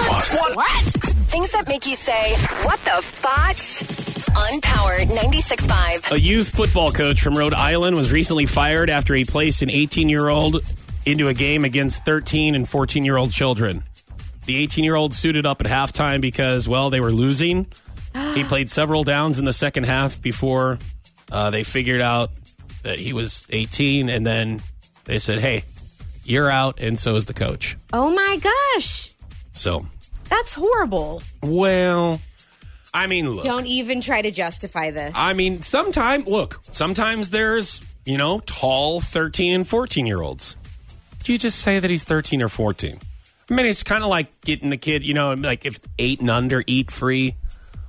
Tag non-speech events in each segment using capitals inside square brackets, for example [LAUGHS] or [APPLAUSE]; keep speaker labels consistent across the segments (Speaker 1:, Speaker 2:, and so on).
Speaker 1: What?
Speaker 2: Things that make you say, what the fotch? Unpowered 96.5.
Speaker 3: A youth football coach from Rhode Island was recently fired after he placed an 18 year old into a game against 13 and 14 year old children. The 18 year old suited up at halftime because, well, they were losing. he played several downs in the second half before uh, they figured out that he was 18, and then they said, hey, you're out, and so is the coach.
Speaker 1: Oh my gosh.
Speaker 3: So,
Speaker 1: That's horrible.
Speaker 3: well, I mean, look.
Speaker 1: Don't even try to justify this.
Speaker 3: I mean, sometimes, look, sometimes there's, you know, tall 13 and 14 year olds. Do you just say that he's 13 or 14? I mean, it's kind of like getting the kid, you know, like if eight and under eat free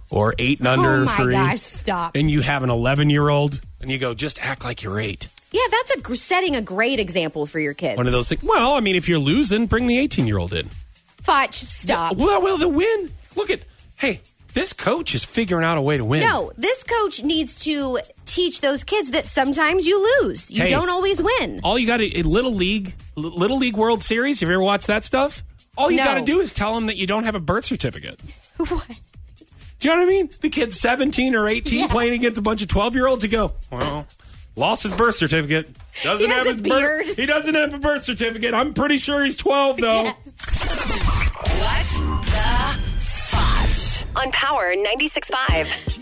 Speaker 3: or eight and under
Speaker 1: oh my
Speaker 3: free.
Speaker 1: gosh, stop.
Speaker 3: And you have an 11 year old and you go, just act like you're eight.
Speaker 1: yeah, that's a gr- setting a great example for your kids.
Speaker 3: One of those things. Well, I mean, if you're losing, bring the 18 year old in.
Speaker 1: Fotch, stop.
Speaker 3: Well, well, the win. Look at, hey, this coach is figuring out a way to win.
Speaker 1: No, this coach needs to teach those kids that sometimes you lose. You
Speaker 3: Hey.
Speaker 1: don't always win.
Speaker 3: all you got to little league L- little league world series have you ever watched that stuff all you
Speaker 1: No.
Speaker 3: got to do is tell them that you don't have a birth certificate
Speaker 1: [LAUGHS]
Speaker 3: do you know what i mean the kid's 17 or 18
Speaker 1: Yeah.
Speaker 3: playing against a bunch of 12 year olds who go well lost his birth certificate doesn't,
Speaker 1: He
Speaker 3: have
Speaker 1: has a
Speaker 3: his birth
Speaker 1: beard.
Speaker 3: he doesn't have a birth certificate i'm pretty sure he's 12
Speaker 1: [LAUGHS]
Speaker 3: though
Speaker 1: Yes.
Speaker 2: What the fotch? Unpowered 96.5.